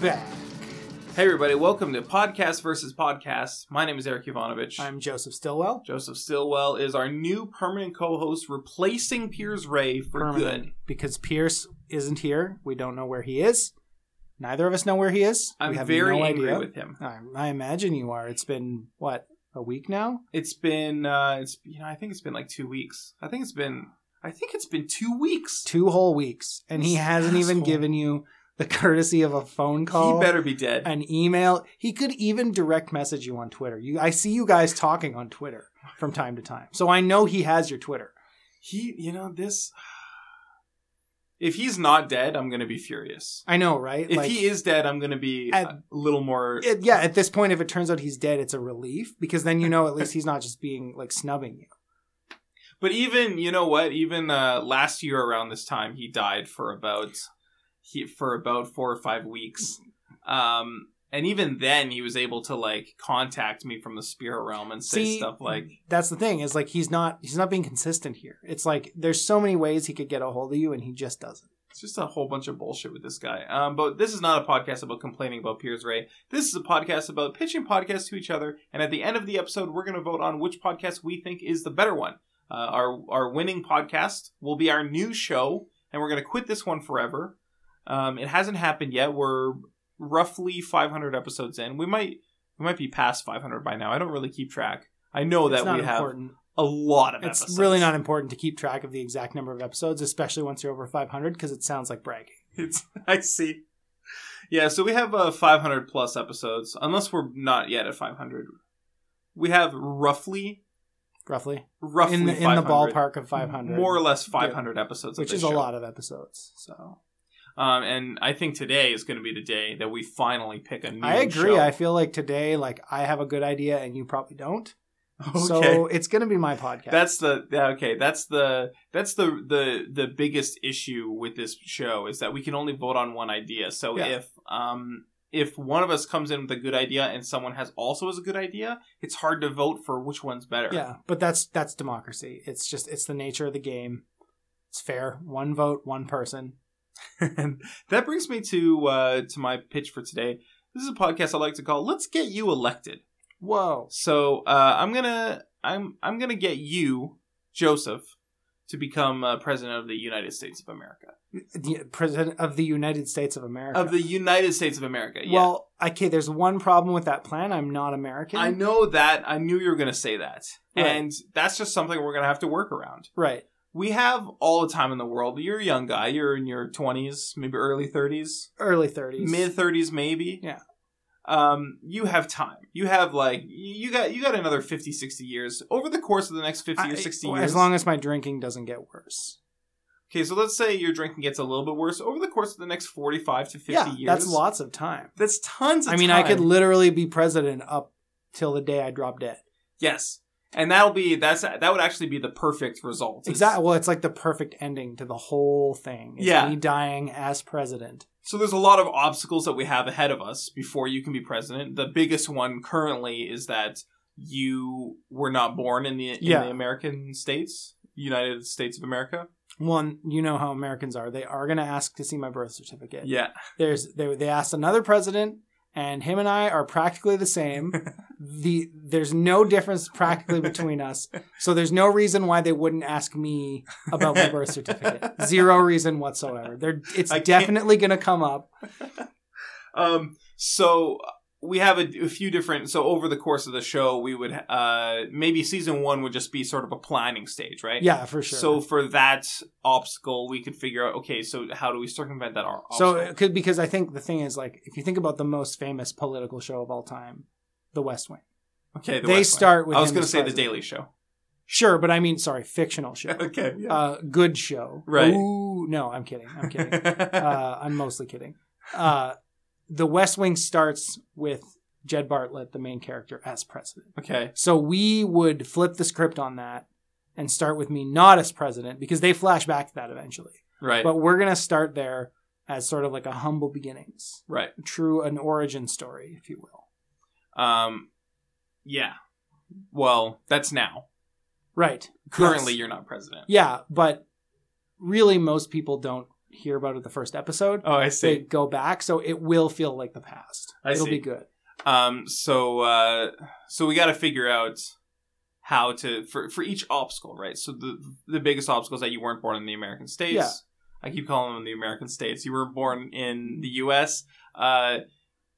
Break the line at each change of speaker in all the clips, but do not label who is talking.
back.
Hey everybody, welcome to Podcast versus Podcast. My name is Eric Ivanovich.
I'm Joseph Stillwell.
Joseph Stillwell is our new permanent co-host, replacing Piers Ray for
Permanent.
good.
Because Pierce isn't here. We don't know where he is. Neither of us know where he is. we
I'm
have
very
no
angry
idea.
with him.
I, I imagine you are. It's been, what, a week now?
It's been, uh, it's you know, I think it's been like two weeks. I think it's been, I think it's been two weeks.
Two whole weeks. And he
This
hasn't even
asshole.
given you the courtesy of a phone call.
He better be dead.
an email. He could even direct message you on Twitter. You, I see you guys talking on Twitter from time to time, so I know he has your Twitter.
He, you know, this. If he's not dead, I'm gonna be furious.
I know, right?
If he is dead, I'm gonna be
At-
a little more.
it- yeah, at this point, if it turns out he's dead, it's a relief because then you know at least he's not just being like snubbing you.
But even you know what? Even uh, last year around this time, he died for about he for about four or five weeks. Um, and even then, he was able to like contact me from the spirit realm and say stuff like,
that's the thing is like he's not he's not being consistent here. It's like there's so many ways he could get a hold of you, and he just doesn't.
"It's just a whole bunch of bullshit with this guy." Um, but this is not a podcast about complaining about Piers Ray. This is a podcast about pitching podcasts to each other. And at the end of the episode, we're going to vote on which podcast we think is the better one. Uh, our our winning podcast will be our new show, and we're going to quit this one forever. Um, it hasn't happened yet. We're roughly 500 episodes in. We might we might be past 500 by now. I don't really keep track. I know
It's
Oh, that
not
we have
important.
a lot of
It's
episodes.
really not important to keep track of the exact number of episodes, especially once you're over 500, because it sounds like bragging.
It's I see. Yeah, so we have uh, 500 plus episodes, unless we're not yet at 500. We have roughly,
Roughly,
roughly
in the, in the
500,
ballpark of 500,
more or less 500 episodes, of
which
this
is a
show.
lot of episodes. So
Um, and I think today is going to be the day that we finally pick a new.
I agree.
show.
I feel like today, like I have a good idea and you probably don't.
okay.
So it's gonna be my podcast.
that's the yeah, okay. That's the that's the the the biggest issue with this show is that we can only vote on one idea. So
Yeah.
if um if one of us comes in with a good idea and someone has also has a good idea, it's hard to vote for which one's better.
yeah, but that's that's democracy. It's just it's the nature of the game. It's fair. One vote, one person.
and that brings me to uh, to my pitch for today. This is a podcast I like to call "Let's Get You Elected."
Whoa.
So uh, I'm gonna I'm I'm gonna get you, Joseph, to become uh, president of the United States of America.
The president of the United States of America.
Of the United States of America. Yeah.
Well, okay, there's one problem with that plan. I'm not American.
I know that. I knew you were gonna say that,
Right.
and that's just something we're gonna have to work around.
right.
We have all the time in the world. You're a young guy. You're in your twenties, maybe early thirties.
Early thirties.
mid thirties maybe.
Yeah.
Um, you have time. You have like you got you got another 50, 60 years over the course of the next fifty or sixty years.
As long as my drinking doesn't get worse.
okay, so let's say your drinking gets a little bit worse over the course of the next forty-five to fifty
yeah,
years.
that's lots of time.
That's tons. Of
I mean, I
time.
could literally be president up till the day I drop dead.
yes, and that'll be that's that would actually be the perfect result. It's-
Exactly. Well, it's like the perfect ending to the whole thing. It's
Yeah.
Me dying as president.
So there's a lot of obstacles that we have ahead of us before you can be president. The biggest one currently is that you were not born in the in
Yeah.
the American states, United States of America.
One, you know how Americans are. They are going to ask to see my birth certificate.
Yeah.
There's they, they asked another president, and him and I are practically the same. the there's no difference practically between us. So there's no reason why they wouldn't ask me about my birth certificate. Zero reason whatsoever. They're it's
I can't-
definitely going to come up.
Um, so we have a, a few different. So over the course of the show, we would uh, maybe season one would just be sort of a planning stage, right?
Yeah, for sure.
So for that obstacle, we could figure out. Okay, so how do we circumvent that ob-
So
obstacle?
it could because I think the thing is like if you think about the most famous political show of all time, The West Wing.
okay, the
they
West Wing.
start with
I was
him
going to
as
say the
president.
Daily Show.
Sure, but I mean sorry, fictional show.
okay. yeah.
Uh good show.
Right.
Ooh, no, I'm kidding. I'm kidding. uh, I'm mostly kidding. Uh The West Wing starts with Jed Bartlett, the main character, as president.
okay.
So we would flip the script on that and start with me not as president because they flash back to that eventually.
Right.
But we're gonna start there as sort of like a humble beginnings.
right.
true an origin story, if you will.
Um. Yeah. Well, that's now.
Right.
Currently,
Yes.
you're not president.
Yeah, but really, most people don't hear about it the first episode.
Oh, I
They
see.
go back, so it will feel like the past.
I
It'll
see.
be good.
Um, so uh, so we got to figure out how to for for each obstacle, right? So the the biggest obstacle is that you weren't born in the American states.
Yeah.
I keep calling them the American states. You were born in the U.S. Uh,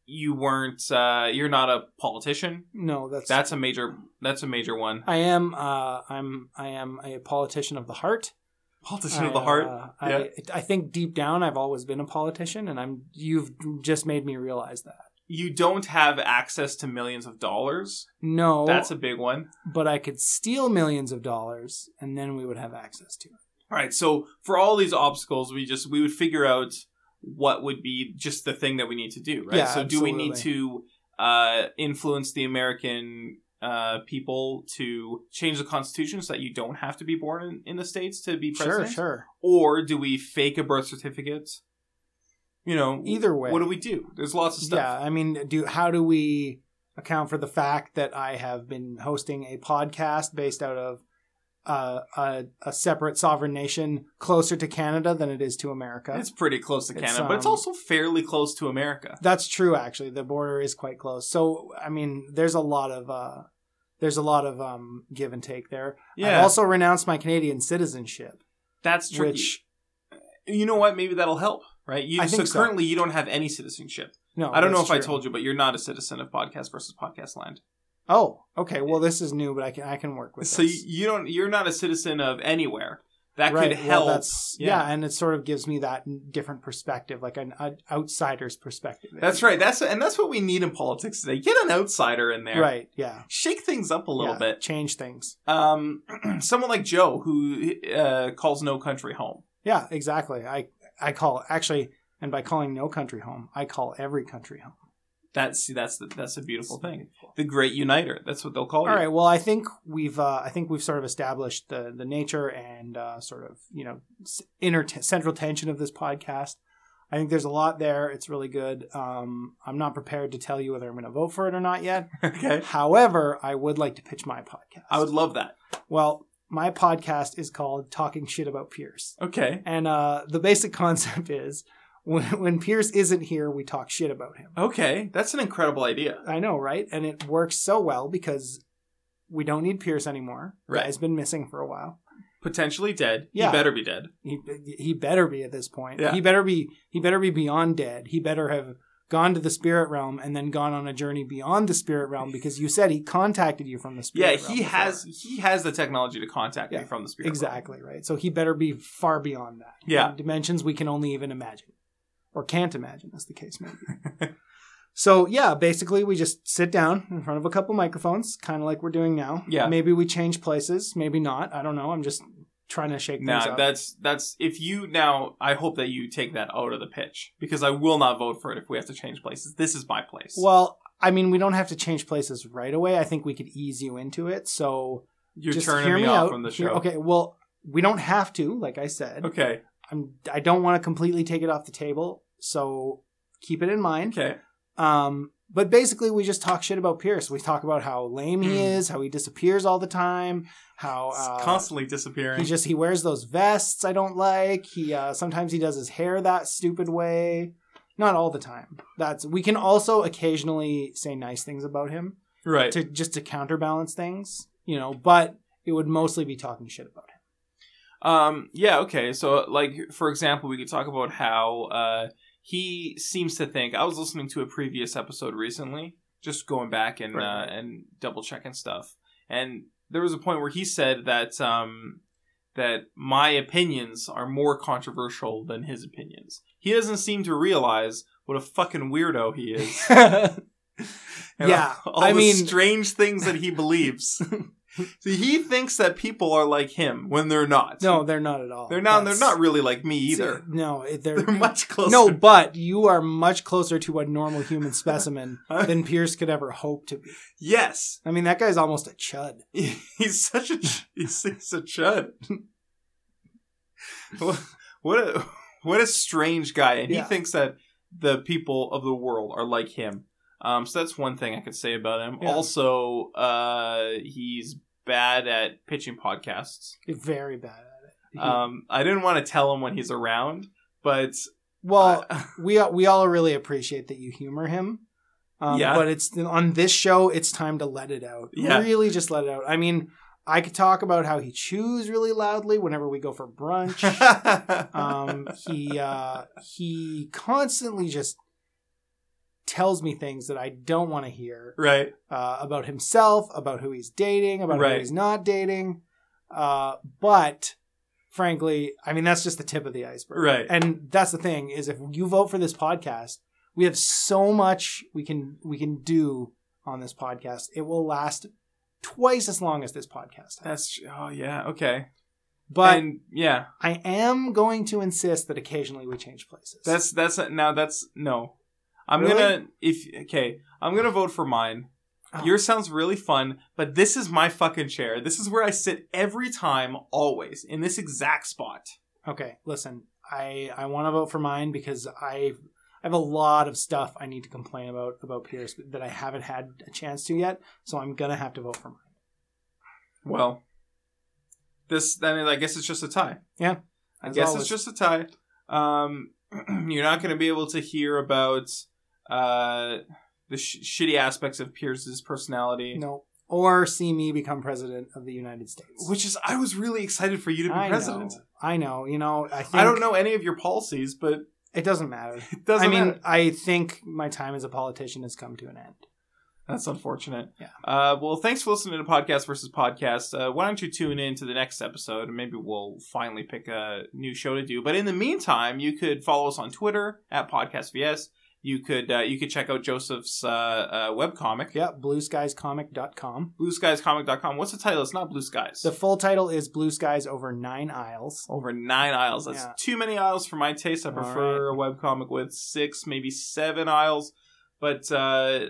you weren't. Uh, you're not a politician.
No, that's
That's a major. That's a major one.
I am. Uh, I'm. I am a politician of the heart.
Politician
I,
of the heart.
uh,
Yeah.
I, I think deep down, I've always been a politician, and I'm. You've just made me realize that.
you don't have access to millions of dollars.
No,
That's a big one.
but I could steal millions of dollars, and then we would have access to it.
All right. So for all these obstacles, we just we would figure out what would be just the thing that we need to do, right?
Yeah,
so do we need
absolutely.
to uh, influence the American uh, people to change the Constitution so that you don't have to be born in, in the states to be president?
sure.
Or do we fake a birth certificate? You know,
Either way,
what do we do? There's lots of stuff.
Yeah, I mean, do how do we account for the fact that I have been hosting a podcast based out of uh, a, a separate sovereign nation closer to Canada than it is to America?
It's pretty close to
It's,
Canada, but it's
um,
also fairly close to America.
That's true, actually. The border is quite close, so I mean, there's a lot of uh, there's a lot of um, give and take there.
Yeah,
I also renounced my Canadian citizenship,
that's tricky.
which
you know what? Maybe that'll help, right? You,
I think
so
so.
currently, you don't have any citizenship.
no,
I don't know
that's
if I
true.
told you, but you're not a citizen of Podcast versus Podcast Land.
Oh, okay. Well, this is new, but I can I can work with.
So you,
this.
you don't. You're not a citizen of anywhere. That could
well,
help.
that's, yeah.
Yeah.
and it sort of gives me that n- different perspective, like an, an outsider's perspective.
that's right. That's and that's what we need in politics today. Get an outsider in there.
Right. Yeah.
Shake things up a little
Yeah,
bit.
Change things.
Um, someone like Joe who uh, calls no country home.
Yeah. Exactly. I I call actually, and by calling no country home, I call every country home.
That's see, that's the, that's a beautiful thing. The Great Uniter. That's what they'll call
All
you.
right. Well, I think we've uh, I think we've sort of established the the nature and uh, sort of you know s- inner t- central tension of this podcast. I think there's a lot there. It's really good. Um, I'm not prepared to tell you whether I'm going to vote for it or not yet.
okay.
However, I would like to pitch my podcast.
I would love that.
Well, my podcast is called Talking Shit About Pierce.
Okay.
And uh, the basic concept is when, when Pierce isn't here, we talk shit about him.
Okay. That's an incredible idea.
I know, right? And it works so well because we don't need Pierce anymore.
Right.
Guy's been missing for a while.
potentially dead.
Yeah.
He better be dead.
He, he better be at this point.
Yeah.
He better be he better be beyond dead. He better have gone to the spirit realm and then gone on a journey beyond the spirit realm because you said he contacted you from the spirit
Yeah,
realm.
he
before.
has he has the technology to contact me
Yeah,
from the spirit. realm.
Exactly right. So he better be far beyond that.
Yeah.
dimensions we can only even imagine, or can't imagine, as the case may be. so yeah, basically we just sit down in front of a couple microphones, kind of like we're doing now.
Yeah.
Maybe we change places. Maybe not. I don't know. I'm just trying to shake things
Now
up.
that's that's if you now I hope that you take that out of the pitch because I will not vote for it if we have to change places. This is my place.
well, I mean, we don't have to change places right away. I think we could ease you into it. So
You're
just
turning
hear
me,
me,
off
out.
from the show.
Hear- okay. Well, we don't have to. Like I said,
Okay.
I'm. I don't want to completely take it off the table. So keep it in mind.
Okay.
Um, but basically, we just talk shit about Pierce. We talk about how lame he
Mm.
is, how he disappears all the time, how
It's
uh,
constantly disappearing.
he just he wears those vests I don't like. He uh, sometimes he does his hair that stupid way. Not all the time. That's we can also occasionally say nice things about him
right.
to just to counterbalance things, you know. But it would mostly be talking shit about him.
Um. Yeah. Okay. So, like, for example, we could talk about how uh, he seems to think. I was listening to a previous episode recently, just going back and
Right,
uh, and double checking stuff. And there was a point where he said that um, that my opinions are more controversial than his opinions. He doesn't seem to realize what a fucking weirdo he is. And
yeah,
all, all
I
the
mean,
strange things that he believes. so he thinks that people are like him when they're not.
no, they're not at all.
They're not.
That's-
They're not really like me either.
No, it- they're
They're much closer.
No, but you are much closer to a normal human specimen than Pierce could ever hope to be.
yes,
I mean, that guy's almost a chud.
he's such a ch- he's, he's a chud. what a what a strange guy, and
Yeah.
he thinks that the people of the world are like him. Um, so that's one thing I could say about him.
Yeah.
Also, uh, he's bad at pitching podcasts.
Very bad at it.
Uh, Um, I didn't want to tell him when he's around, But
Well,
uh,
we all- we all really appreciate that you humor him. Um,
Yeah.
But it's on this show, it's time to let it out.
Yeah.
Really, just let it out. I mean, I could talk about how he chews really loudly whenever we go for brunch. um, he uh, he constantly just tells me things that I don't want to hear
right.
uh, about himself, about who he's dating, about
Right.
who he's not dating. Uh, but frankly, I mean, that's just the tip of the iceberg.
Right.
And that's the thing is if you vote for this podcast, we have so much we can we can do on this podcast. It will last twice as long as this podcast. has.
That's oh yeah okay.
But
and yeah,
I am going to insist that occasionally we change places.
that's that's now that's no. I'm
Really?
gonna if okay. I'm gonna vote for mine.
Oh.
Yours sounds really fun, but this is my fucking chair. This is where I sit every time, always in this exact spot.
okay. Listen, I I want to vote for mine because I I have a lot of stuff I need to complain about about Pierce that I haven't had a chance to yet. So I'm gonna have to vote for mine.
Well, this then I guess it's just a tie. I
As
guess
always.
it's just a tie. Um, you're not going to be able to hear about uh, the sh- shitty aspects of Pierce's personality,
no. Or see me become president of the United States.
which is I was really excited for you to be
I
president.
Know, I know. You know, I think
I don't know any of your policies, but
It doesn't matter.
it doesn't.
I mean,
matter.
I think my time as a politician has come to an end.
that's unfortunate.
Yeah.
Uh, well, thanks for listening to Podcast versus Podcast. Uh, why don't you tune in to the next episode, and maybe we'll finally pick a new show to do. But in the meantime, you could follow us on Twitter at Podcast VS. You could uh, you could check out Joseph's uh, uh, webcomic.
Yeah, blueskiescomic.com.
blueskiescomic.com. What's the title? It's not Blue Skies.
The full title is Blue Skies Over Nine Isles.
Over nine aisles. That's
Yeah.
too many aisles for my taste. I
All
prefer a webcomic with six, maybe seven aisles. But, uh,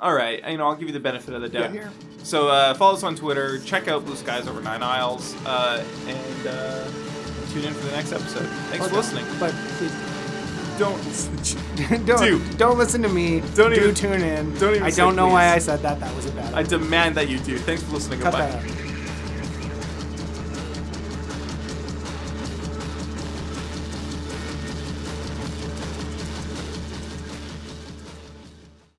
all right. You know, I'll give you the benefit of the doubt here. So uh, follow us on Twitter. Check out Blue Skies Over Nine Isles. Uh, and uh, tune in for the next episode. Thanks for
Okay.
listening.
But please,
Don't.
don't,
Dude.
don't listen to me.
Don't
do
even-
tune in.
don't even
I
say
don't know
please.
why I said that. That was a bad
I demand that you do. Thanks for listening.
Cut
Goodbye.
that out.